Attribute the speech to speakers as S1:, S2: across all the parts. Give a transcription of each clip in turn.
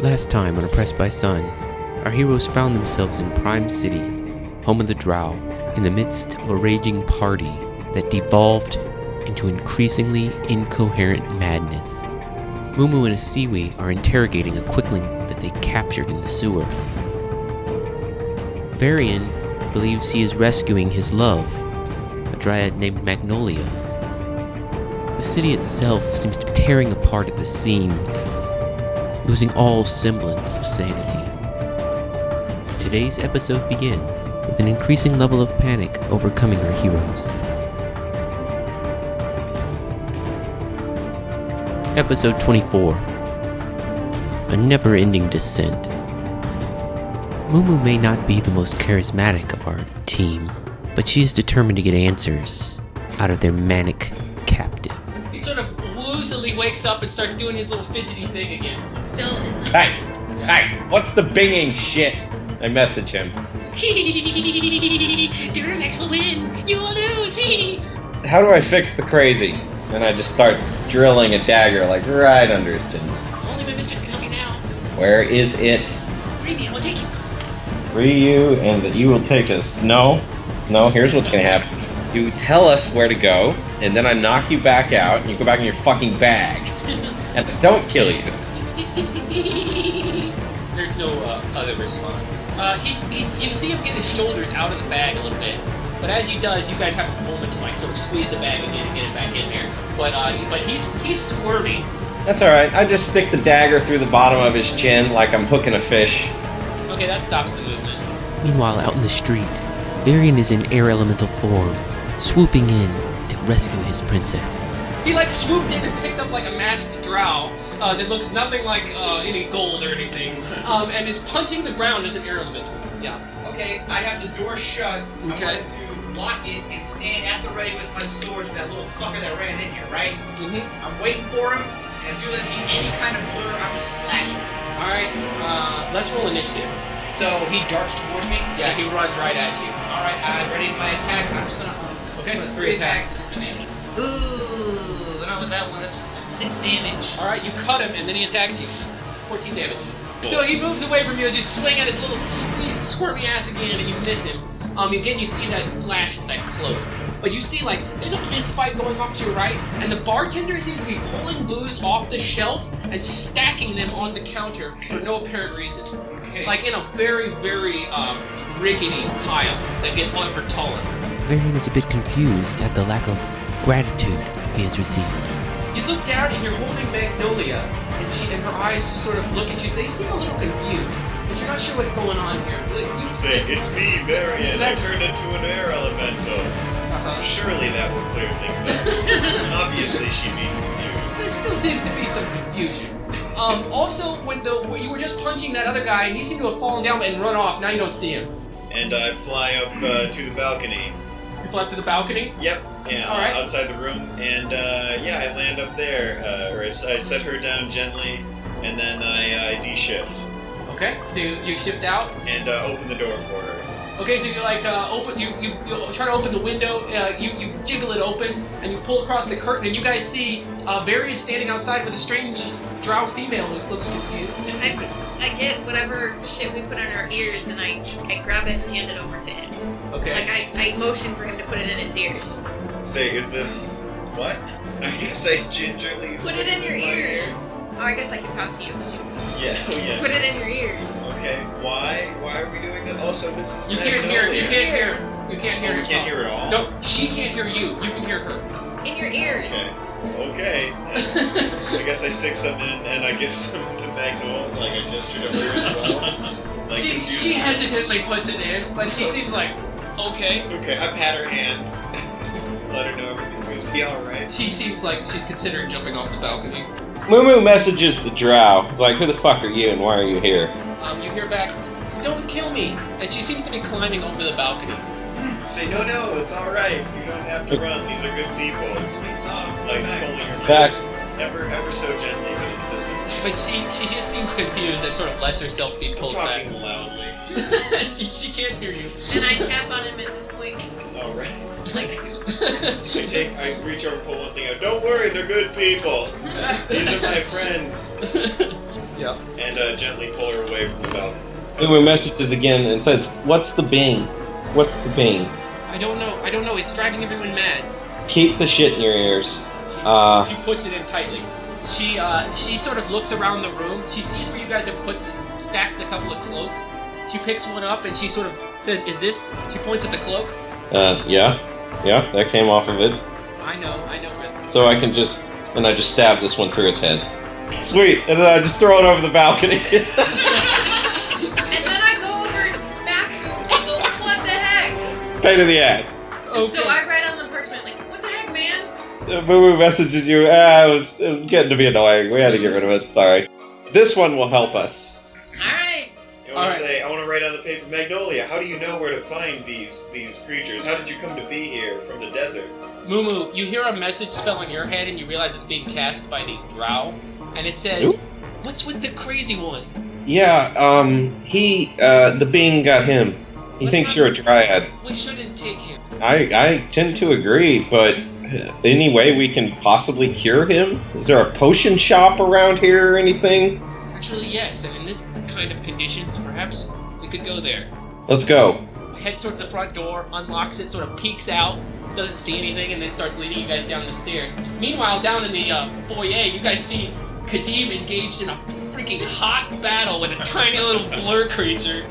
S1: Last time on Oppressed by Sun, our heroes found themselves in Prime City, home of the Drow, in the midst of a raging party that devolved into increasingly incoherent madness. Mumu and Asiwi are interrogating a quickling that they captured in the sewer. Varian believes he is rescuing his love, a dryad named Magnolia. The city itself seems to be tearing apart at the seams, losing all semblance of sanity. Today's episode begins with an increasing level of panic overcoming our heroes. Episode 24 A Never Ending Descent. Mumu may not be the most charismatic of our team, but she is determined to get answers out of their manic captive.
S2: He sort of woozily wakes up and starts doing his little fidgety thing again.
S3: He's still in the.
S4: Hey, hey, what's the binging shit? I message him.
S3: Duramax will win. You will lose.
S4: How do I fix the crazy? And I just start drilling a dagger like right under his chin.
S3: Only my mistress can help you now.
S4: Where is it?
S3: Free me, I will take you.
S4: Ryu and that you will take us. No, no, here's what's gonna happen. You tell us where to go, and then I knock you back out, and you go back in your fucking bag. And I don't kill you.
S2: There's no uh, other response. Uh, he's, he's, you see him get his shoulders out of the bag a little bit, but as he does, you guys have a moment to like sort of squeeze the bag again and get it back in there. But uh, but he's he's squirming.
S4: That's alright. I just stick the dagger through the bottom of his chin like I'm hooking a fish.
S2: Okay, that stops the movement.
S1: Meanwhile, out in the street, Varian is in air elemental form, swooping in to rescue his princess.
S2: He like swooped in and picked up like a masked drow uh, that looks nothing like uh, any gold or anything, um, and is punching the ground as an air elemental. Yeah.
S5: Okay, I have the door shut.
S2: Okay.
S5: I wanted to lock it and stand at the ready with my sword to that little fucker that ran in here, right?
S2: Mm-hmm.
S5: I'm waiting for him, and as soon as I see any kind of blur, I'm just slashing. him.
S2: All right. Uh, let's roll initiative.
S5: So he darts towards me.
S2: Yeah, he runs right at you.
S5: Alright, I'm ready for my attack, and I'm just gonna.
S2: Okay,
S5: so it's
S2: three
S5: three
S2: attacks.
S5: attacks. That's an damage. Ooh, not with that one. That's six damage.
S2: All right, you cut him, and then he attacks you. 14 damage. So he moves away from you as you swing at his little sque- squirmy ass again, and you miss him. Um, again, you see that flash with that cloak. But you see, like, there's a fist fight going off to your right, and the bartender seems to be pulling booze off the shelf and stacking them on the counter for no apparent reason.
S5: Okay.
S2: Like, in a very, very, um, rickety pile that gets ever taller.
S1: Varian is a bit confused at the lack of gratitude he has received.
S2: You look down and you're holding Magnolia, and she and her eyes just sort of look at you. They seem a little confused, but you're not sure what's going on here. Like, you-
S6: Say, it's me, Varian. I turned into an air elemental.
S2: Uh-huh.
S6: Surely that will clear things up. Obviously, she'd be
S2: There
S6: confused.
S2: still seems to be some confusion. Um, also, when the when you were just punching that other guy, and he seemed to have fallen down and run off. Now you don't see him.
S6: And I fly up uh, to the balcony.
S2: You fly up to the balcony.
S6: Yep. Yeah,
S2: All right.
S6: outside the room. And uh, yeah, I land up there. Uh, or I, s- I set her down gently, and then I, I de-shift
S2: Okay, so you, you shift out.
S6: and uh, open the door for her.
S2: Okay, so you like uh, open you, you you try to open the window. Uh, you you jiggle it open and you pull across the curtain, and you guys see uh, Varian standing outside with a strange drow female who looks confused.
S3: I, I get whatever shit we put on our ears and I, I grab it and hand it over to him.
S2: Okay.
S3: Like, I, I motion for him to put it in his ears.
S6: Say, is this what? I guess I gingerly.
S3: Put it in your ears. Oh, I guess I can talk to you. But you
S6: Yeah. Oh, yeah.
S3: put it in your ears.
S6: Okay, why? Why are we doing that? Also, this is
S2: You can't hear. You
S6: Magnolia.
S2: can't hear.
S3: Ears.
S2: You can't hear.
S6: Oh, we
S2: yourself.
S6: can't hear at all.
S2: No, she can't hear you. You can hear her.
S3: In your ears.
S6: Okay. I guess I stick some in and I give some to Magnolia. Like I gestured at her as well. Like
S2: she
S6: confused.
S2: she hesitantly puts it in, but she seems like okay.
S6: Okay, I pat her hand. Let her know everything will be all right.
S2: She seems like she's considering jumping off the balcony.
S4: Mumu messages the drow. It's like, who the fuck are you and why are you here?
S2: Um, you hear back, "Don't kill me," and she seems to be climbing over the balcony.
S6: Say no, no, it's all right. You don't have to run. These are good people. Um, like pulling her
S4: Back.
S6: ever, ever so gently but insistently.
S2: But she she just seems confused and sort of lets herself be
S6: I'm
S2: pulled back.
S6: talking loudly.
S2: she, she can't hear you.
S3: And I tap on him and just point.
S6: All right.
S3: Like,
S6: I take, I reach over and pull one thing out. Don't worry, they're good people. These are my friends.
S4: Yeah.
S6: and uh, gently pull her away from the balcony.
S4: Anyway, messages again and says, "What's the bing? What's the bing?
S2: I don't know. I don't know. It's driving everyone mad.
S4: Keep the shit in your ears."
S2: She,
S4: Uh.
S2: she puts it in tightly. She uh, she sort of looks around the room. She sees where you guys have put the, stacked a couple of cloaks. She picks one up and she sort of says, "Is this?" She points at the cloak.
S4: Uh, yeah, yeah, that came off of it.
S2: I know. I know. Where
S4: So I can just and I just stab this one through its head. Sweet, and then I just throw it over the balcony.
S3: And then I go over and smack you and go, what the heck?
S4: Pain in the ass.
S2: okay.
S3: So I write on the parchment, like, what the heck, man?
S4: Uh, Moo Moo messages you. Ah, it was it was getting to be annoying. We had to get rid of it. Sorry. This one will help us.
S3: Alright.
S6: You
S2: Alright.
S6: want to say, I want to write on the paper, Magnolia. How do you know where to find these these creatures? How did you come to be here from the desert?
S2: Mumu, you hear a message spell in your head and you realize it's being cast by the drow, and it says, "What's with the crazy one?"
S4: Yeah. Um. He. Uh. The being got him. He
S2: Let's
S4: thinks
S2: not-
S4: you're a dryad.
S2: We shouldn't take him.
S4: I I tend to agree, but any way we can possibly cure him? Is there a potion shop around here or anything?
S2: Actually, yes, and in this kind of conditions, perhaps we could go there.
S4: Let's go.
S2: heads towards the front door, unlocks it, sort of peeks out, doesn't see anything, and then starts leading you guys down the stairs. Meanwhile, down in the uh, foyer, you guys see Kadeem engaged in a freaking hot battle with a tiny little blur creature.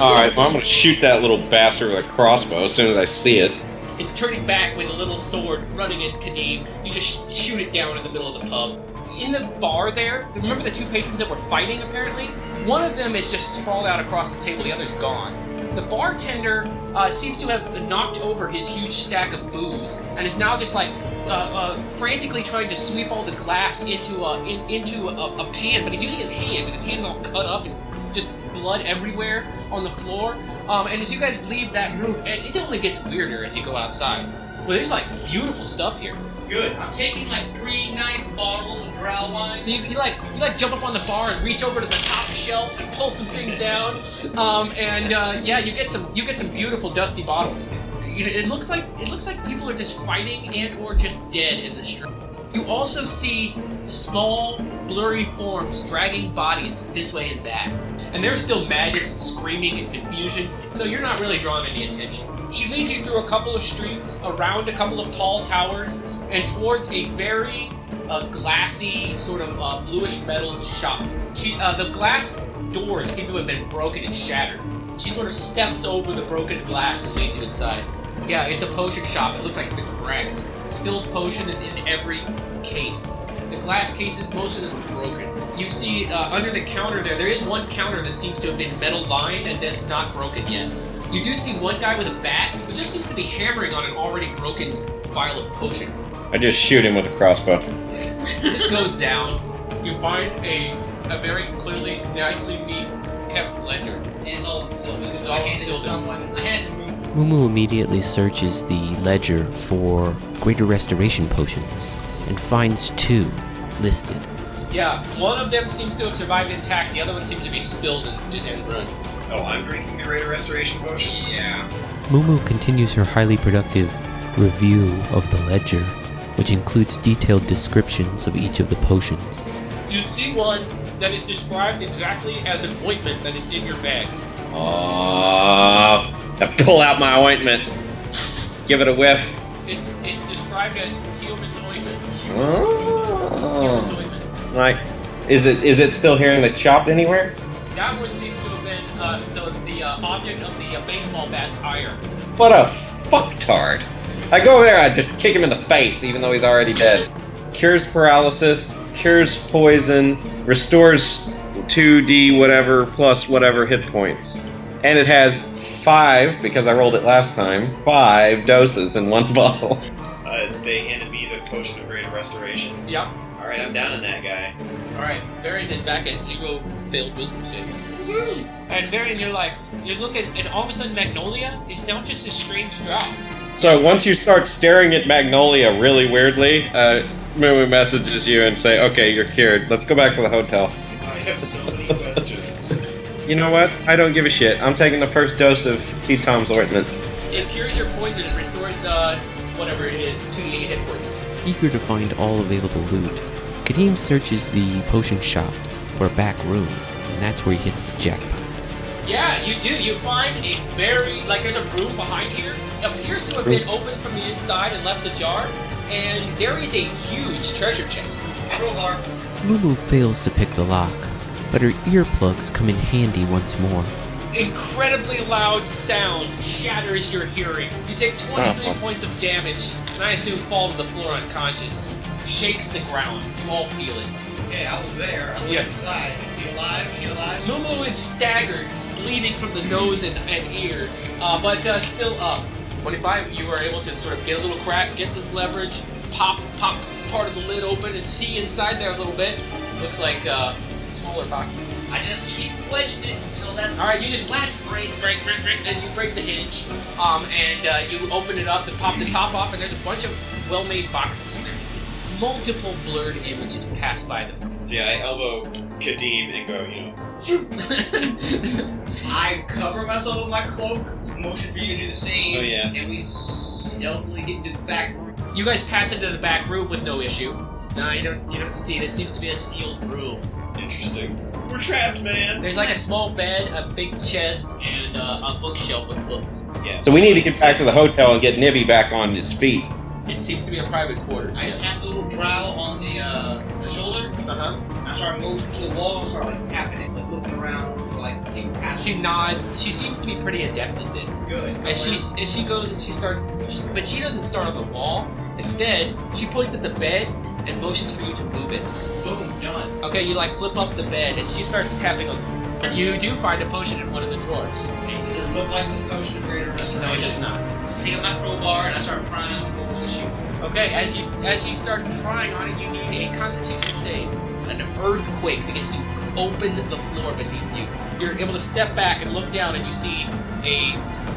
S4: All right. Well, I'm gonna shoot that little bastard with a crossbow as soon as I see it.
S2: It's turning back with a little sword running at Kadeem. You just sh- shoot it down in the middle of the pub. In the bar there, remember the two patrons that were fighting apparently? One of them is just sprawled out across the table, the other's gone. The bartender uh, seems to have knocked over his huge stack of booze and is now just like uh, uh, frantically trying to sweep all the glass into a in, into a, a pan, but he's using his hand, and his hand's all cut up and just blood everywhere on the floor. Um, and as you guys leave that room, it, it only gets weirder as you go outside. Well, there's like beautiful stuff here.
S5: Good. I'm taking like three nice bottles of drow wine.
S2: So you, you like you like jump up on the bar and reach over to the top shelf and pull some things down, um, and uh, yeah, you get some you get some beautiful dusty bottles. You know, it looks like it looks like people are just fighting and or just dead in the street. You also see small blurry forms dragging bodies this way and that, and there's still madness and screaming and confusion. So you're not really drawing any attention. She leads you through a couple of streets, around a couple of tall towers, and towards a very a glassy, sort of uh, bluish metal shop. She, uh, the glass doors seem to have been broken and shattered. She sort of steps over the broken glass and leads you inside. Yeah, it's a potion shop. It looks like it's been wrecked. Spilled potion is in every case. The glass cases, most of them are broken. You see uh, under the counter there, there is one counter that seems to have been metal lined and that's not broken yet. You do see one guy with a bat who just seems to be hammering on an already broken vial of potion
S4: I just shoot him with a crossbow.
S2: this goes down. You find a a very clearly nicely neat kept ledger.
S5: And it's all in silver.
S2: It's
S5: So
S2: all
S5: I
S2: in
S5: handed it to
S2: silver.
S5: someone. I handed it to Moon.
S1: Mumu immediately searches the ledger for greater restoration potions and finds two listed.
S2: Yeah, one of them seems to have survived intact. The other one seems to be spilled and, and ruined.
S6: Oh, I'm drinking the Raider Restoration Potion.
S2: Yeah.
S1: Mumu continues her highly productive review of the ledger, which includes detailed descriptions of each of the potions.
S2: You see one that is described exactly as an ointment that is in your bag.
S4: Uh, I pull out my ointment. Give it a whiff.
S2: It's it's described as human ointment. Human
S4: Oh.
S2: ointment.
S4: Like, is it is it still here in the shop anywhere?
S2: That one seems to have been uh, the, the uh, object of the uh, baseball bat's ire.
S4: What a fucktard! I go over there, I just kick him in the face, even though he's already dead. cures paralysis, cures poison, restores 2d whatever plus whatever hit points, and it has five because I rolled it last time. Five doses in one bottle.
S6: Uh, they handed me the Potion of Raider Restoration.
S2: Yep.
S6: All right, I'm down on that guy.
S2: Alright, Varian did back at zero failed wisdom saves. And Varian, you're like, you're looking, and all of a sudden Magnolia is now just a strange drop.
S4: So once you start staring at Magnolia really weirdly, uh, Moo messages you and say, "Okay, you're cured. Let's go back to the hotel."
S6: I have so many questions.
S4: You know what? I don't give a shit. I'm taking the first dose of T. Tom's ointment.
S2: It cures your poison and restores, uh, whatever it is, 2d8 hit points.
S1: Eager to find all available loot, Kadeem searches the potion shop for a back room, and that's where he hits the jackpot.
S2: Yeah, you do. You find a very like there's a room behind here. It appears to have been opened from the inside and left ajar, and there is a huge treasure chest.
S5: Crowbar.
S1: Mumu fails to pick the lock, but her earplugs come in handy once more.
S2: Incredibly loud sound shatters your hearing. You take 23
S4: Uh-huh.
S2: points of damage, and I assume fall to the floor unconscious. Shakes the ground. You all feel it.
S5: Okay, I was there. I went
S2: Yeah.
S5: inside. Is he alive? Is she alive?
S2: Mumu is staggered, bleeding from the nose and, and ear, uh, but uh, still up. 25, you are able to sort of get a little crack, get some leverage, pop pop part of the lid open, and see inside there a little bit. Looks like uh, smaller boxes.
S5: I just keep wedging it until that
S2: All right, you just
S5: latch breaks.
S2: break, break, break, and you break the hinge, um, and uh, you open it up, and pop the top off, and there's a bunch of well-made boxes in there. It's multiple blurred images pass by the front.
S6: So yeah, I elbow Kadeem and go, you know,
S5: I cover myself with my cloak. Motion for you to do the same.
S6: Oh, yeah.
S5: And we stealthily get into the back room.
S2: You guys pass into the back room with no issue. No, you don't. You don't see. This seems to be a sealed room.
S6: interesting. We're trapped, man.
S2: There's like a small bed, a big chest, and uh, a bookshelf with books.
S6: Yeah.
S4: So we need to get back to the hotel and get Nibby back on his feet.
S2: It seems to be a private quarters.
S5: I tap the little trowel on the uh, the shoulder.
S2: Uh
S5: I start moving to the wall and start like tapping it, like looking around, like seeing
S2: huh.
S5: past.
S2: She nods. She seems to be pretty adept at this.
S5: Good.
S2: As she as she goes and she starts, but she doesn't start on the wall. Instead, she points at the bed and motions for you to move it.
S5: boom done.
S2: Okay, you like flip up the bed and she starts tapping on. You do find a potion in one of the drawers.
S5: Hey, does it look like the potion of greater restoration?
S2: No, it does not.
S5: Just take out my crowbar and I start prying on the walls and shoot.
S2: Okay, as you as you start prying on it, you need a Constitution save. An earthquake begins to open the floor beneath you. You're able to step back and look down, and you see a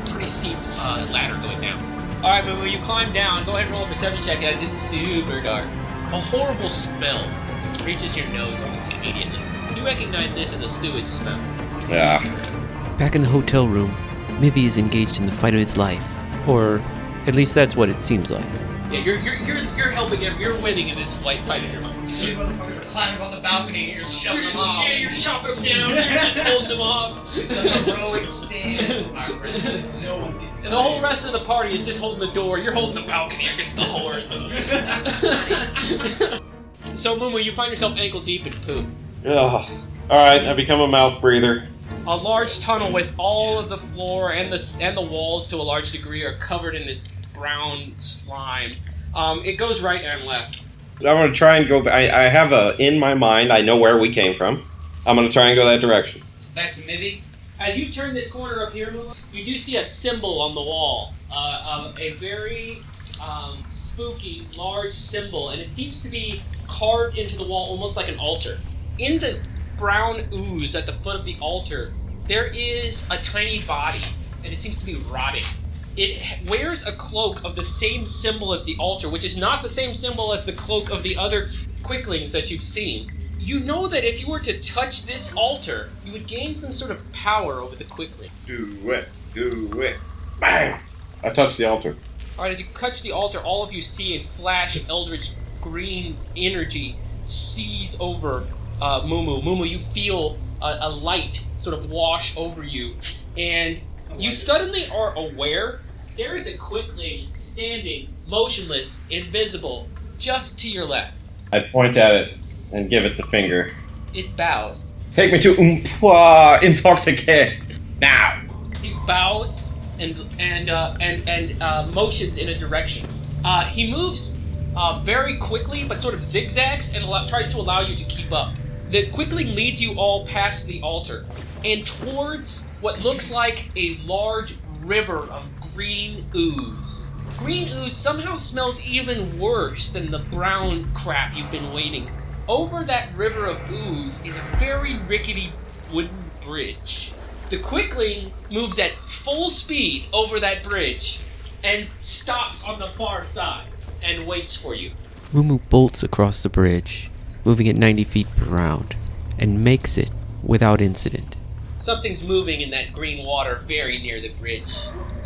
S2: pretty steep uh, ladder going down. All right, but when you climb down, go ahead and roll a perception check, guys. It's super dark. A horrible smell reaches your nose almost immediately. You recognize this as a sewage smell.
S4: Yeah.
S1: Back in the hotel room, Mivy is engaged in the fight of his life. Or at least that's what it seems like.
S2: Yeah, you're you're you're, you're helping him. You're winning in this white fight in your mind.
S5: These motherfuckers are climbing up on the balcony and you're shoving them off.
S2: Yeah, you're chopping them down. You're just holding them off.
S5: It's a heroic stand. My friend. No one's getting
S2: And the whole rest of the party is just holding the door. You're holding the balcony against the hordes. so, Mumu, you find yourself ankle deep in poop.
S4: Ugh. All right, I become a mouth breather.
S2: A large tunnel with all of the floor and the and the walls to a large degree are covered in this brown slime. Um, it goes right and left.
S4: I'm gonna try and go. I, I have a in my mind. I know where we came from. I'm gonna try and go that direction.
S5: Back to Mivy.
S2: As you turn this corner up here, Mumu, you do see a symbol on the wall uh, of a very um, spooky, large symbol, and it seems to be carved into the wall almost like an altar. In the brown ooze at the foot of the altar, there is a tiny body, and it seems to be rotting. It h- wears a cloak of the same symbol as the altar, which is not the same symbol as the cloak of the other quicklings that you've seen. You know that if you were to touch this altar, you would gain some sort of power over the quickling.
S6: Do it. Do it.
S4: Bang! I touched the altar.
S2: All right, as you touch the altar, all of you see a flash of eldritch green energy seize over uh, Mumu. Mumu, you feel a, a light sort of wash over you, and you suddenly are aware there is a quickling standing, motionless, invisible, just to your left.
S4: I point at it and give it the finger.
S2: It bows.
S4: Take me to Umpqua Intoxicate now.
S2: He bows and and uh, and and uh, motions in a direction. Uh, he moves uh, very quickly, but sort of zigzags and allo- tries to allow you to keep up. The quickling leads you all past the altar and towards what looks like a large river of green ooze. Green ooze somehow smells even worse than the brown crap you've been waiting. Over that river of ooze is a very rickety wooden bridge. The Quickling moves at full speed over that bridge and stops on the far side and waits for you.
S1: Mumu bolts across the bridge, moving at 90 feet per round, and makes it without incident.
S2: Something's moving in that green water very near the bridge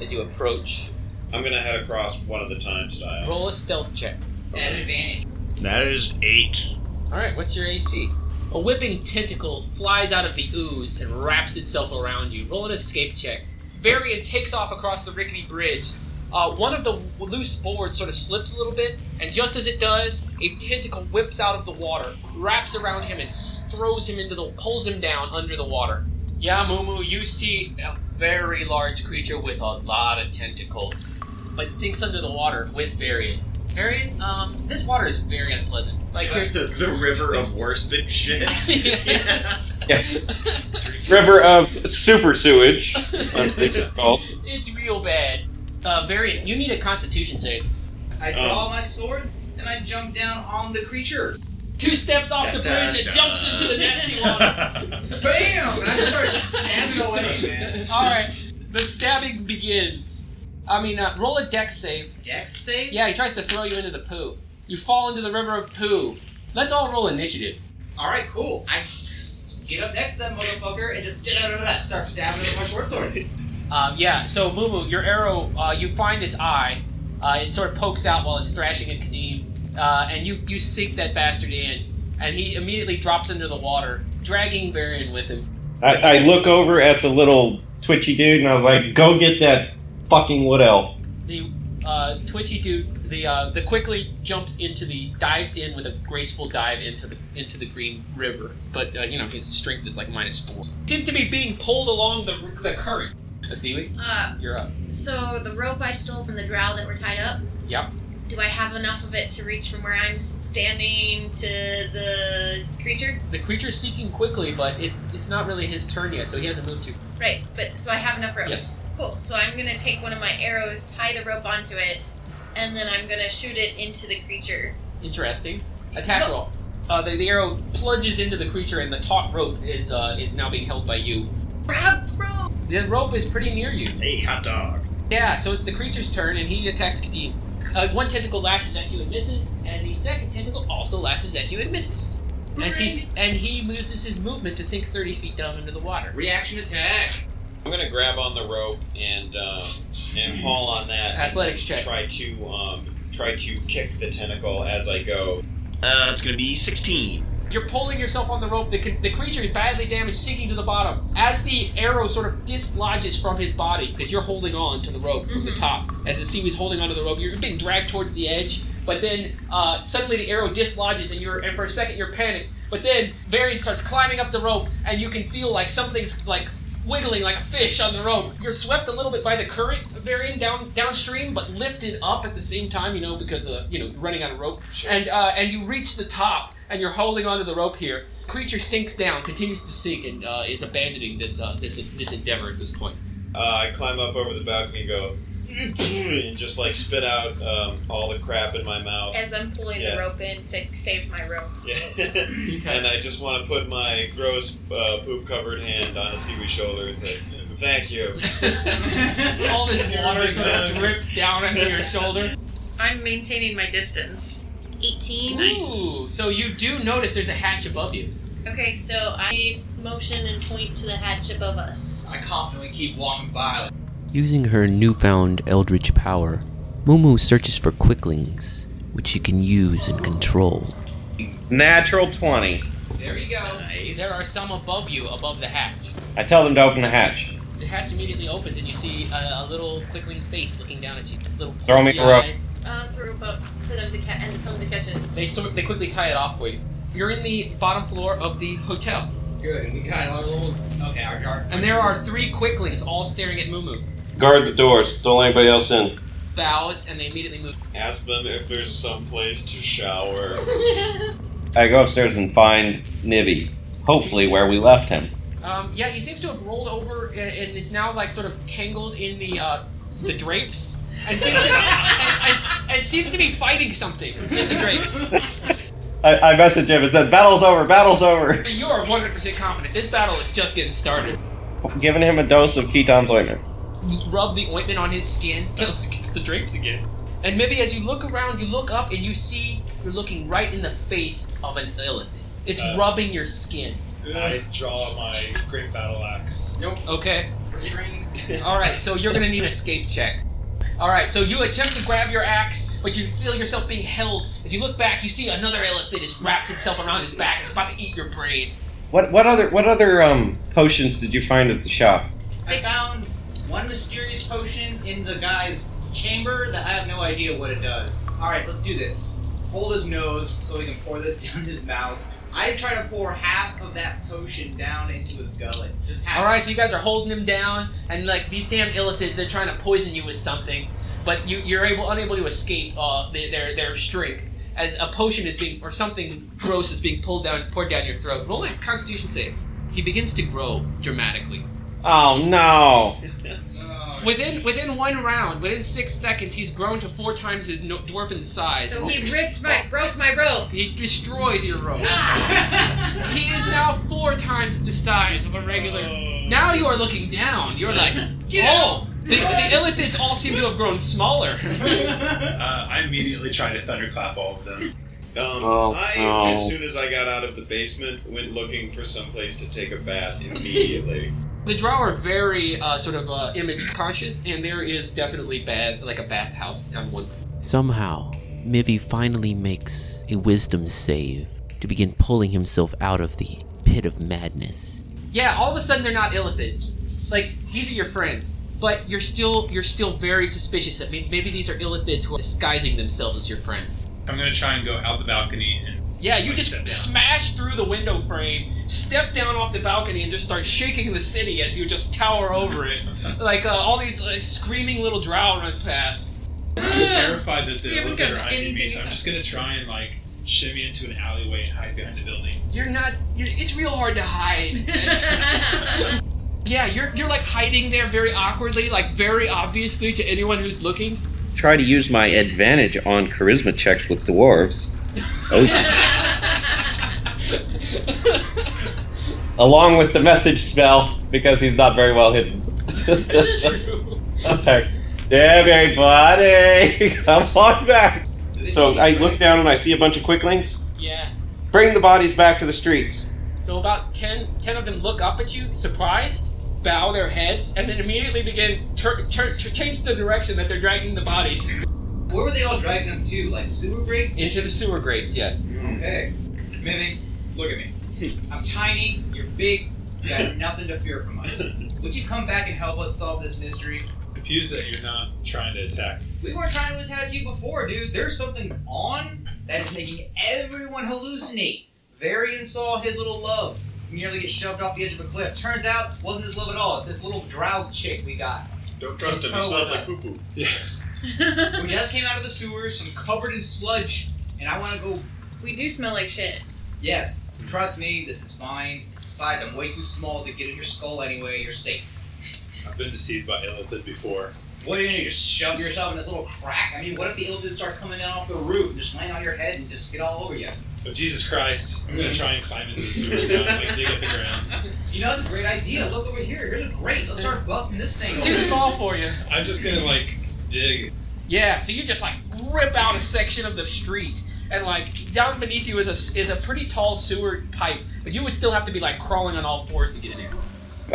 S2: as you approach.
S6: I'm gonna head across one at a time style.
S2: Roll a stealth check.
S5: At advantage.
S6: That is eight.
S2: All right, what's your AC? A whipping tentacle flies out of the ooze and wraps itself around you. Roll an escape check. Varian takes off across the rickety bridge. Uh, one of the loose boards sort of slips a little bit, and just as it does, a tentacle whips out of the water, wraps around him, and s- throws him into the, pulls him down under the water. Yamumu, you see a very large creature with a lot of tentacles, but sinks under the water with Varian. Varian, um, this water is very unpleasant. Like you're,
S6: the river of worse than shit.
S2: yes.
S4: River of Super Sewage. I think it's called.
S2: it's real bad. Uh, Varian, you need a Constitution save.
S5: I draw
S6: Oh.
S5: my swords and I jump down on the creature.
S2: Two steps off the
S6: Dun, dun,
S2: bridge, it
S6: dun.
S2: jumps into the nasty water.
S5: Bam! And I just start stabbing away, man.
S2: All right, the stabbing begins. I mean, uh, roll a dex save.
S5: Dex save?
S2: Yeah, he tries to throw you into the poo. You fall into the river of poo. Let's all roll initiative.
S5: Alright, cool. I s- get up next to that motherfucker and just da-da-da-da, start stabbing it with my short swords.
S2: Um, yeah, so Mumu, your arrow, uh, you find its eye. Uh, it sort of pokes out while it's thrashing at Kadeem. Uh, and you, you sink that bastard in. And he immediately drops into the water, dragging Varian with him.
S4: I, I look over at the little twitchy dude and I was like, go get that fucking wood elf.
S2: The uh, twitchy dude, the uh, the quickly jumps into the dives in with a graceful dive into the into the green river. But uh, you know his strength is like minus four. Seems to be being pulled along the, the current. Asiwi,
S3: Uh,
S2: you're up.
S3: so the rope I stole from the drow that were tied up.
S2: Yep.
S3: Do I have enough of it to reach from where I'm standing to the creature?
S2: The creature's seeking quickly, but it's it's not really his turn yet, so he hasn't moved to.
S3: Right, but so I have enough rope.
S2: Yes.
S3: Cool. So I'm gonna take one of my arrows, tie the rope onto it, and then I'm gonna shoot it into the creature.
S2: Interesting. Attack
S3: No.
S2: roll. Uh, the, the arrow plunges into the creature, and the taut rope is uh, is now being held by you.
S3: Grab rope.
S2: The rope is pretty near you.
S6: hey, hot dog.
S2: Yeah, so it's the creature's turn, and he attacks Kadeem. Uh, one tentacle lashes at you and misses, and the second tentacle also lashes at you and misses. As he's, and he uses his movement to sink 30 feet down into the water.
S5: Reaction attack.
S6: I'm gonna grab on the rope and um, and haul on that. and
S2: Athletics check.
S6: Try to um, try to kick the tentacle as I go. Uh, it's gonna be 16.
S2: You're pulling yourself on the rope. The, c- the creature is badly damaged, sinking to the bottom. As the arrow sort of dislodges from his body, because you're holding on to the rope from the
S3: Mhm.
S2: top, as the seaweed's holding onto the rope, you're being dragged towards the edge. But then uh, suddenly the arrow dislodges, and you're and for a second you're panicked. But then Varian starts climbing up the rope, and you can feel like something's like wiggling like a fish on the rope. You're swept a little bit by the current, Varian, down downstream, but lifted up at the same time. You know because uh, you know you're running on a rope, and uh, and you reach the top, and you're holding onto the rope here. Creature sinks down, continues to sink, and uh, it's abandoning this uh, this this endeavor at this point.
S6: Uh, I climb up over the balcony and go, "Mm-hmm," and just like spit out um, all the crap in my mouth.
S3: As I'm pulling
S6: Yeah.
S3: the rope in to save my rope.
S6: Yeah. and I just want to put my gross uh, poop covered hand on a seaweed shoulder and say, thank you.
S2: All this water sort of drips down onto your shoulder.
S3: I'm maintaining my distance. 18.
S2: Ooh, so you do notice there's a hatch above you.
S3: Okay, so I motion and point to the hatch above us.
S5: I confidently keep walking by.
S1: Using her newfound eldritch power, Mumu searches for quicklings, which she can use and control.
S4: Natural 20.
S5: There you go.
S2: There are some above you, above the hatch.
S4: I tell them to open the hatch.
S2: The hatch immediately opens, and you see a, a little quickling face looking down at you. Little
S4: Throw me
S2: pointy
S4: a rope.
S2: eyes.
S3: Uh, throw rope up for them to catch and tell them to catch it.
S2: They sort they quickly tie it off for you. You're in the bottom floor of the hotel,
S5: Good. We got our little. Okay, our guard.
S2: and there are three quicklings all staring at Mumu.
S4: Guard the doors. Don't let anybody else in.
S2: Bows, and they immediately move.
S6: Ask them if there's some place to shower.
S4: I go upstairs and find Nibby. Hopefully, where we left him.
S2: Um, yeah, he seems to have rolled over and, and is now like sort of tangled in the uh, the drapes, and seems to be, and, and, and seems to be fighting something in the drapes.
S4: I, I messaged him and said, "Battle's over. Battle's over."
S2: You are 100% confident this battle is just getting started.
S4: Giving him a dose of Keton's ointment.
S2: Rub the ointment on his skin, goes against the drapes again. And maybe as you look around, you look up and you see you're looking right in the face of an illith. It's
S7: Uh.
S2: rubbing your skin.
S7: I draw my great battle axe.
S2: Okay.
S5: Restrained.
S2: All right. So you're gonna need an escape check. All right, so you attempt to grab your axe, but you feel yourself being held. As you look back, you see another elephant has wrapped itself around his back and is about to eat your brain.
S4: What what other what other um potions did you find at the shop?
S5: I found one mysterious potion in the guy's chamber that I have no idea what it does. Alright, let's do this. Hold his nose so we can pour this down his mouth. I try to pour half of that potion down into his gullet. Just half.
S2: All right, so you guys are holding him down, and like these damn illithids, they're trying to poison you with something, but you, you're able unable to escape uh, their, their their strength as a potion is being or something gross is being pulled down poured down your throat. Roll a Constitution save. He begins to grow dramatically.
S4: Oh no!
S5: Oh,
S2: Within within one round, within six seconds, he's grown to four times his no- dwarven size.
S3: So he ripped my broke my rope.
S2: He destroys your rope.
S3: Ah!
S2: He is now four times the size of a regular.
S6: Oh.
S2: Now you are looking down. You're like,
S5: Get
S2: oh, the, the illithids all seem to have grown smaller.
S7: Uh, I immediately tried to thunderclap all of them.
S6: Um,
S4: Oh,
S6: I,
S4: no.
S6: as soon as I got out of the basement, went looking for someplace to take a bath immediately.
S2: The drow are very uh, sort of uh, image conscious, and there is definitely bad, like a bathhouse on one.
S1: Somehow, Mivy finally makes a wisdom save to begin pulling himself out of the pit of madness.
S2: Yeah, all of a sudden they're not illithids. Like these are your friends, but you're still you're still very suspicious that may- maybe these are illithids who are disguising themselves as your friends.
S7: I'm gonna try and go out the balcony and
S2: Yeah, you
S7: Like
S2: just
S7: step down.
S2: smash through the window frame, step down off the balcony, and just start shaking the city as you just tower over it. like uh, all these uh, screaming little drow run past.
S7: I'm terrified that
S2: You
S7: the
S2: haven't
S7: elevator
S2: gotten
S7: eyes me,
S2: anything
S7: so I'm just gonna try and like shimmy into an alleyway and hide behind a building.
S2: You're not. You're, it's real hard to hide. yeah, you're you're like hiding there very awkwardly, like very obviously to anyone who's looking.
S4: Try to use my advantage on charisma checks with dwarves. Oh, along with the message spell because he's not very well hidden.
S2: That's true.
S4: okay. Everybody, come on back. So I look down and I see a bunch of quicklings.
S2: Yeah.
S4: Bring the bodies back to the streets.
S2: So about 10, 10 of them look up at you, surprised, bow their heads, and then immediately begin tur- tur- tur- change the direction that they're dragging the bodies
S5: Where were they all dragging them to? Like sewer grates?
S2: into the sewer grates. Yes.
S5: Okay. Mimi, look at me. I'm tiny, you're big, you got nothing to fear from us. Would you come back and help us solve this mystery?
S7: Confused that you're not trying to attack.
S5: We weren't trying to attack you before, dude. There's something on that is making everyone hallucinate. Varian saw his little love nearly get shoved off the edge of a cliff. Turns out, wasn't his love at all. It's this little drow chick we got
S6: Don't trust him.
S5: Toe
S6: He smells
S5: with
S6: like
S5: us.
S6: poo poo.
S5: who just came out of the sewers, some covered in sludge, and I want to go.
S3: we do smell like shit.
S5: Yes, trust me, this is fine. Besides, I'm way too small to get in your skull anyway. You're safe.
S7: I've been deceived by illithid before.
S5: What are you gonna do? Just shove yourself in this little crack? I mean, what if the illithids start coming down off the roof and just land on your head and just get all over you?
S7: Oh Jesus Christ! I'm gonna try and climb into the sewers now and like dig up the ground.
S5: You know, that's a great idea. Look over here. Here's a great. Let's start busting this thing.
S2: It's
S5: open.
S2: too small for you.
S7: I'm just gonna like dig.
S2: Yeah. So you just like rip out a section of the street, and like down beneath you is a s- is a pretty tall sewer pipe, but you would still have to be like crawling on all fours to get in there.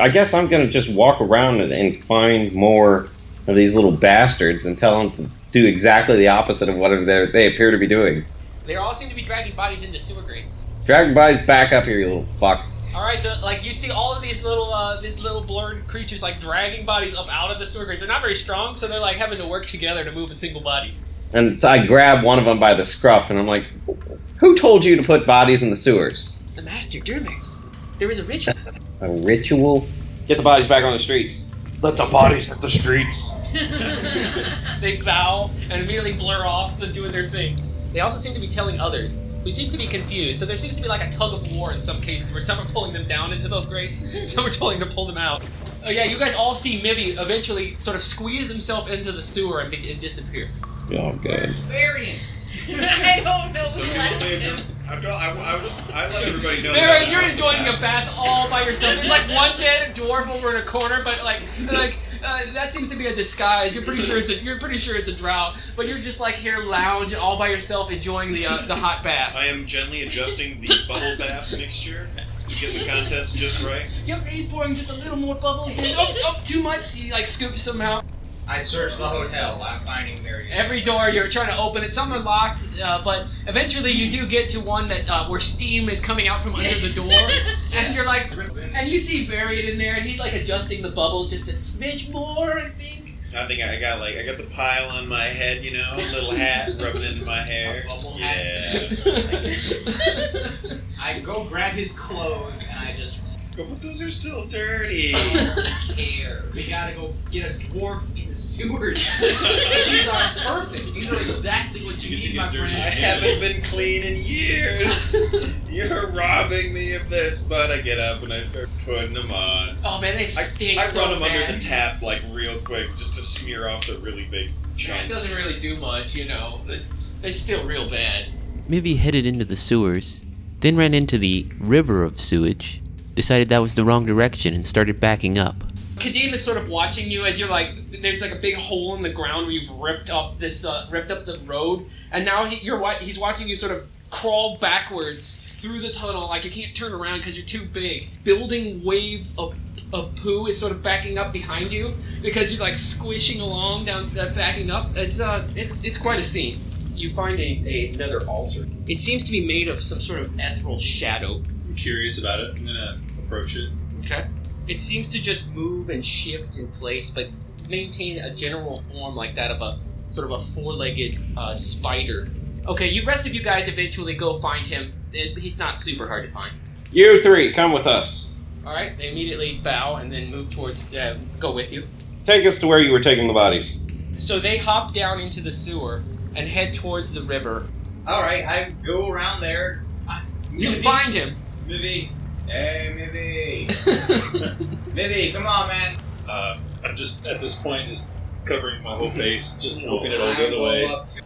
S4: I guess I'm gonna just walk around and, and find more of these little bastards and tell them to do exactly the opposite of what they're- they appear to be doing.
S2: They all seem to be dragging bodies into sewer grates.
S4: Dragon bodies back up here, you little fucks.
S2: All right, so like you see all of these little uh, these little blurred creatures like dragging bodies up out of the sewer grates. They're not very strong, so they're like having to work together to move a single body.
S4: And so I grab one of them by the scruff and I'm like, Who told you to put bodies in the sewers?
S2: The master Dermix. There is a ritual.
S4: A ritual? Get the bodies back on the streets. Let the bodies hit the streets.
S2: they bow and immediately blur off and doing their thing. They also seem to be telling others. We seem to be confused, so there seems to be like a tug of war in some cases where some are pulling them down into those grates, and some are trying to pull them out. Oh yeah, you guys all see Mivy eventually sort of squeeze himself into the sewer and, be- and disappear.
S4: Oh, good.
S5: Varian.
S3: I don't know
S6: Some
S3: who
S6: people
S3: left
S6: may have
S3: him.
S6: I, don't- I, I, was- I let everybody know.
S2: Mary,
S6: that
S2: you're
S6: I-
S2: enjoying a bath all by yourself. There's like one dead dwarf over in a corner, but like, like uh, that seems to be a disguise. You're pretty sure it's a you're pretty sure it's a drought, but you're just like here lounge all by yourself enjoying the uh, the hot bath.
S6: I am gently adjusting the bubble bath mixture to get the contents just right.
S2: Yep, he's pouring just a little more bubbles in. Oh, oh, too much. He like scoops them out.
S5: I search the hotel. I'm finding various.
S2: Every door you're trying to open it, some are locked, uh, but eventually you do get to one that uh, where steam is coming out from under the door, and you're like, and you see Varian in there, and he's like adjusting the bubbles just a smidge more, I think.
S6: I think I got like I got the pile on my head, you know, little hat rubbing into my hair.
S5: A bubble
S6: yeah.
S5: hat. I go grab his clothes and I just
S6: Go, but those are still dirty.
S5: care. We gotta go get a dwarf in the sewers. These are perfect. These are exactly what you,
S7: You
S5: need, my
S7: get to get dirty.
S6: I
S5: friend.
S6: haven't been clean in years. You're robbing me of this, but I get up and I start putting them on.
S2: oh man, they
S6: I,
S2: stink
S6: I
S2: so
S6: run them
S2: bad.
S6: under the tap like real quick just to smear off the really big
S2: Yeah, It
S6: chunks.
S2: doesn't really do much, you know. They still real bad.
S1: Mivy headed into the sewers, then ran into the river of sewage, decided that was the wrong direction, and started backing up.
S2: Kadeem is sort of watching you as you're like, there's like a big hole in the ground where you've ripped up this, uh, ripped up the road, and now he, you're wa- he's watching you sort of crawl backwards through the tunnel, like you can't turn around because you're too big. Building wave of, of poo is sort of backing up behind you because you're like squishing along down, uh, backing up. It's uh, it's it's quite a scene. You find a, a another altar. It seems to be made of some sort of ethereal shadow.
S7: I'm curious about it. I'm gonna approach it.
S2: Okay. It seems to just move and shift in place, but maintain a general form like that of a sort of a four-legged uh, spider. Okay, you rest of you guys eventually go find him. It- he's not super hard to find.
S4: You three, come with us.
S2: All right, they immediately bow and then move towards, uh, go with you.
S4: Take us to where you were taking the bodies.
S2: So they hop down into the sewer and head towards the river.
S5: All right, I go around there. Ah, I-
S2: You
S5: Mivy,
S2: find him.
S5: Mivy. Hey, Mivy. Mivy, come on, man.
S7: Uh, I'm just at this point just covering my whole face, just hoping it all
S5: I
S7: goes
S5: go
S7: away.
S5: up to-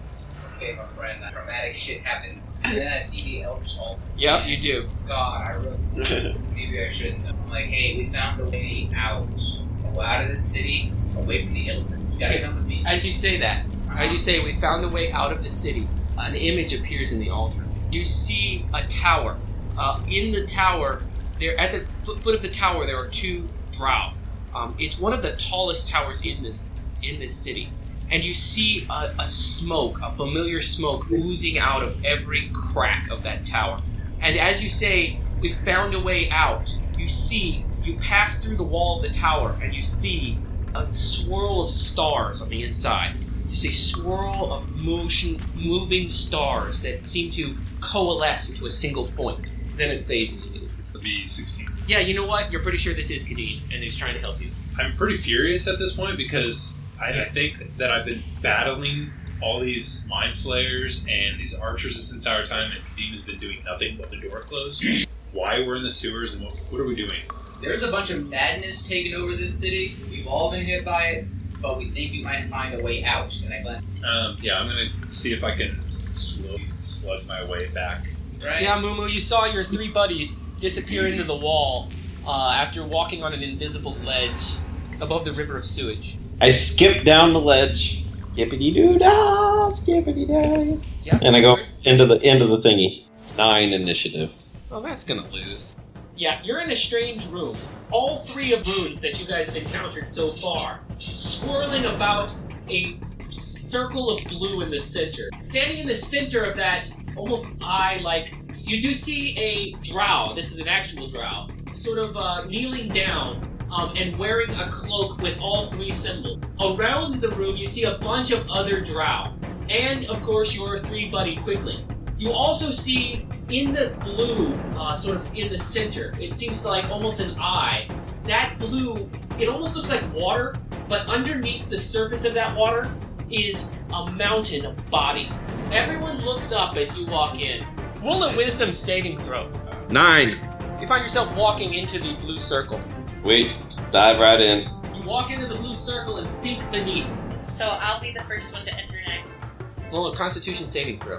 S5: Okay, my friend. That dramatic shit happened. And then I see the Elder's Hall.
S2: yep, you do.
S5: God, I really maybe I shouldn't. I'm like, hey, we found a way out, out of this city, away from the elephant. You gotta come with me.
S2: As you say that, As you say, we found the way out of the city. An image appears in the altar. You see a tower. Uh, in the tower, there at the foot, foot of the tower, there are two drow. Um, it's one of the tallest towers in this in this city, and you see a, a smoke, a familiar smoke, oozing out of every crack of that tower. And as you say, we found a way out. You see, you pass through the wall of the tower, and you see a swirl of stars on the inside just a swirl of motion, moving stars that seem to coalesce into a single point. Then it fades. into blue.
S7: It'll be 16.
S2: Yeah, you know what? You're pretty sure this is Kadeen, and he's trying to help you.
S7: I'm pretty furious at this point because I, I think that I've been battling all these mind flayers and these archers this entire time, and Kadeem has been doing nothing but the door closed. Why we're in the sewers and what, what are we doing?
S5: There's a bunch of madness taking over this city. We've all been hit by it, but we think we might find a way out. And I glance,
S7: Um, yeah, I'm gonna see if I can slowly slug my way back.
S5: right?
S2: Yeah, Mumu, you saw your three buddies disappear into the wall uh, after walking on an invisible ledge above the river of sewage.
S4: I skip down the ledge. Skippity doo dah, skippity dah.
S2: Yeah.
S4: And I go into the end of the thingy. Nine initiative.
S2: Oh, that's gonna lose. Yeah, you're in a strange room. All three of runes that you guys have encountered so far, swirling about a circle of blue in the center. Standing in the center of that almost eye-like, you do see a drow. This is an actual drow, sort of uh, kneeling down. Um, and wearing a cloak with all three symbols. Around the room, you see a bunch of other drow, and of course, your three buddy quicklings. You also see in the blue, uh, sort of in the center, it seems like almost an eye. That blue, it almost looks like water, but underneath the surface of that water is a mountain of bodies. Everyone looks up as you walk in. Roll a wisdom saving throw.
S4: Nine.
S2: You find yourself walking into the blue circle.
S4: Sweet. Just dive right in.
S2: You walk into the blue circle and sink beneath.
S3: So I'll be the first one to enter next.
S2: Roll a constitution saving throw.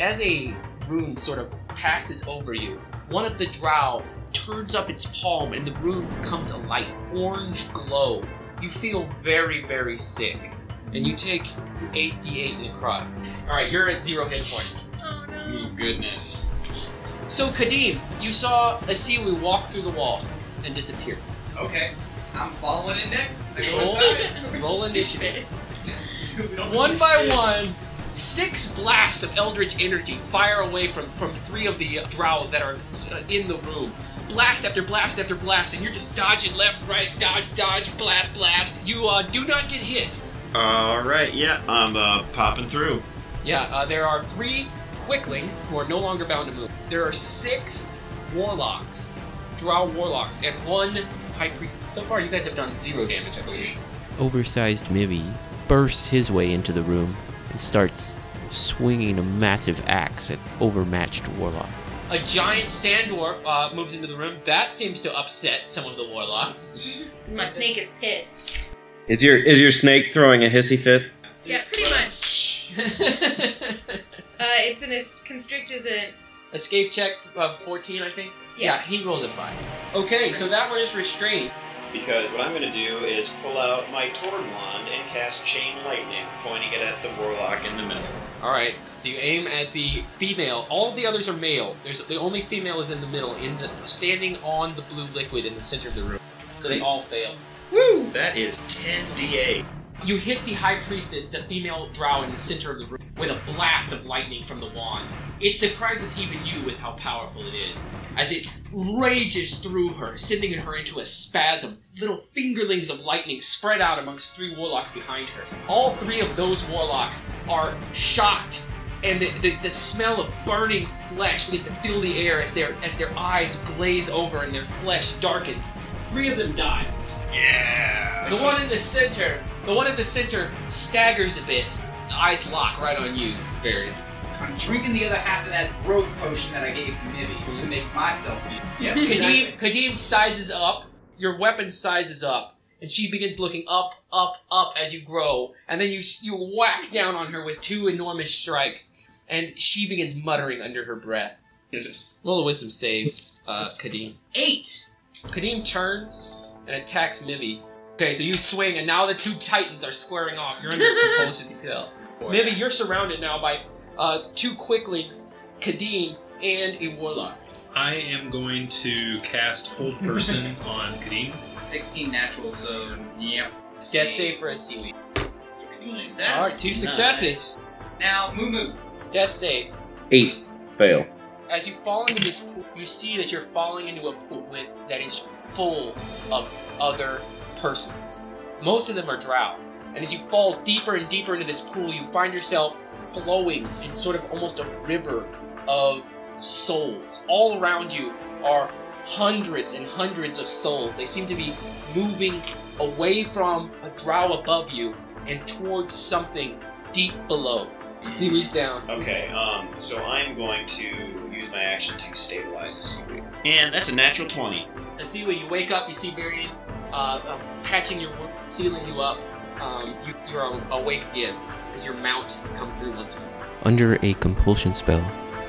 S2: As a rune sort of passes over you, one of the drow turns up its palm and the rune becomes a light orange glow. You feel very, very sick. And you take 8d8 necrotic. Alright, you're at zero hit points.
S3: Oh no.
S6: Ooh, goodness.
S2: So, Kadeem, you saw Asiwi walk through the wall and disappear.
S5: Okay. I'm following it next. I go
S2: Roll.
S5: inside.
S2: Roll initiative.
S3: Stupid.
S5: Dude, we don't know
S2: Oh. One by
S5: shit.
S2: one, six blasts of eldritch energy fire away from from three of the drow that are uh, in the room. Blast after blast after blast, and you're just dodging left, right, dodge, dodge, blast, blast. You uh, do not get hit.
S6: All right, yeah, I'm uh, popping through.
S2: Yeah, uh, there are three quicklings who are no longer bound to move. There are six warlocks, drow warlocks, and one high priest. So far, you guys have done zero damage, I believe.
S1: Oversized Mibby bursts his way into the room and starts swinging a massive axe at overmatched warlock.
S2: A giant sand dwarf uh, moves into the room. That seems to upset some of the warlocks.
S3: My snake is pissed.
S4: Is your is your snake throwing a hissy fit?
S3: Yeah, pretty much. Uh, it's an as constrict as a
S2: Escape check of 14, I think.
S3: yeah.
S2: he rolls a 5. Okay, so that one is restrained.
S6: Because what I'm going to do is pull out my Torn Wand and cast Chain Lightning, pointing it at the Warlock in the middle.
S2: Alright, so you aim at the female. All the others are male. There's The only female is in the middle, in the, standing on the blue liquid in the center of the room. So they all fail.
S6: Woo! That is 10d8.
S2: You hit the high priestess, the female drow in the center of the room, with a blast of lightning from the wand. It surprises even you with how powerful it is, as it rages through her, sending her into a spasm. Little fingerlings of lightning spread out amongst three warlocks behind her. All three of those warlocks are shocked, and the, the, the smell of burning flesh begins to fill the air as their as their eyes glaze over and their flesh darkens. Three of them die.
S6: Yeah!
S2: The one in the center, the one in the center staggers a bit. The eyes lock right on you, Barry.
S5: I'm drinking the other half of that growth potion that I gave Nibby to make myself. Yeah.
S2: Kadeem, Kadeem sizes up. Your weapon sizes up, and she begins looking up, up, up as you grow. And then you s- you whack down on her with two enormous strikes, and she begins muttering under her breath. Roll a wisdom save, uh, Kadeem. Eight. Kadeem turns and attacks Mivy. Okay, so you swing, and now the two titans are squaring off. You're under a compulsion skill. Mivy, you're surrounded now by uh, two quicklings, Kadeem, and a warlock.
S7: I am going to cast Hold Person on Kadeem.
S5: 16 natural, so yep.
S2: Death save for a seaweed.
S3: 16.
S5: Success.
S2: All right, two successes.
S5: Now, Moo Moo.
S2: Death save.
S4: Eight. Fail.
S2: As you fall into this pool, you see that you're falling into a pool with, that is full of other persons. Most of them are drow. And as you fall deeper and deeper into this pool, you find yourself flowing in sort of almost a river of souls. All around you are hundreds and hundreds of souls. They seem to be moving away from a drow above you and towards something deep below. Seaweed's down.
S6: Okay, um, so I'm going to use my action to stabilize a seaweed. And that's a natural 20.
S2: I see when you wake up, you see Varian uh, uh, patching your wound, sealing you up. Um, you, you're a- awake again as your mount has come through once more.
S1: Under a compulsion spell,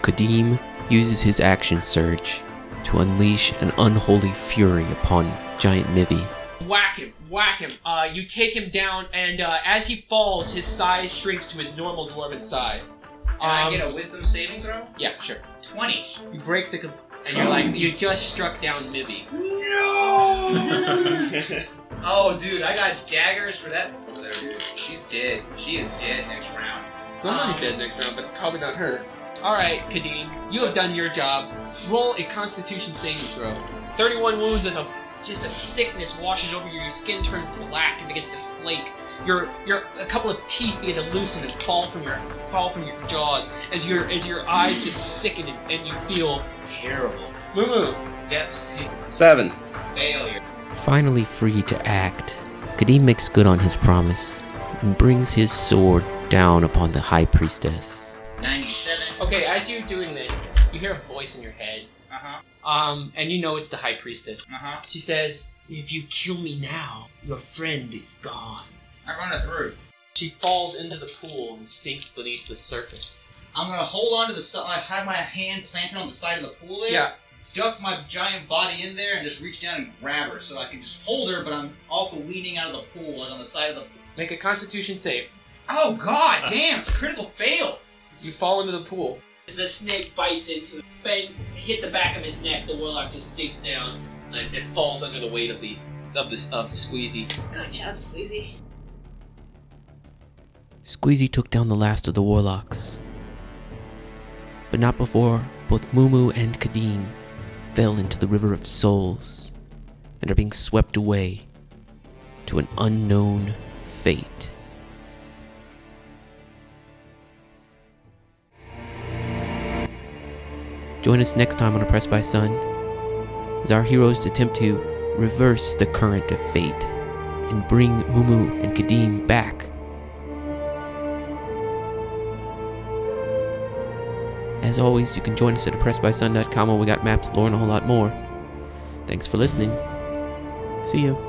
S1: Kadim uses his action surge to unleash an unholy fury upon giant Mivy.
S2: Whack him, whack him. Uh, you take him down, and uh, as he falls, his size shrinks to his normal dwarven size.
S5: Can I
S2: Um,
S5: get a wisdom saving throw?
S2: yeah, sure.
S5: 20.
S2: You break the comp- and you're like you just struck down Mibby.
S5: No! oh, dude, I got daggers for that. There, dude. She's dead. She is dead next round.
S2: Somebody's dead next round, but probably not her. All right, Kadeem, you have done your job. Roll a Constitution saving throw. Thirty-one wounds as a just a sickness washes over you. Your skin turns black and begins to flake. Your your a couple of teeth begin to loosen and fall from your fall from your jaws as your as your eyes just sicken and, and you feel terrible. Moo moo,
S5: Death's
S4: Seven.
S2: failure.
S1: Finally free to act, Kadim makes good on his promise and brings his sword down upon the high priestess.
S5: 97.
S2: Okay, as you're doing this, you hear a voice in your head,
S5: Uh huh.
S2: um, and you know it's the High Priestess.
S5: Uh huh.
S2: She says, If you kill me now, your friend is gone.
S5: I run it through.
S2: She falls into the pool and sinks beneath the surface.
S5: I'm gonna hold on to the side. I have my hand planted on the side of the pool there.
S2: Yeah,
S5: Duck my giant body in there and just reach down and grab her so I can just hold her, but I'm also leaning out of the pool, like on the side of the.
S2: make a constitution save.
S5: Oh god, damn! It's a critical fail.
S2: You fall into the pool. The snake bites into it, fangs hit the back of his neck, the warlock just sinks down and, and falls under the weight of the, of this of Squeezy.
S3: Good job, Squeezy.
S1: Squeezy took down the last of the warlocks. But not before both Mumu and Kadim fell into the river of souls and are being swept away to an unknown fate. Join us next time on Oppressed by Sun as our heroes attempt to reverse the current of fate and bring Mumu and Kadim back As always, you can join us at oppressedbysun.com where we got maps, lore, and a whole lot more. Thanks for listening. See you.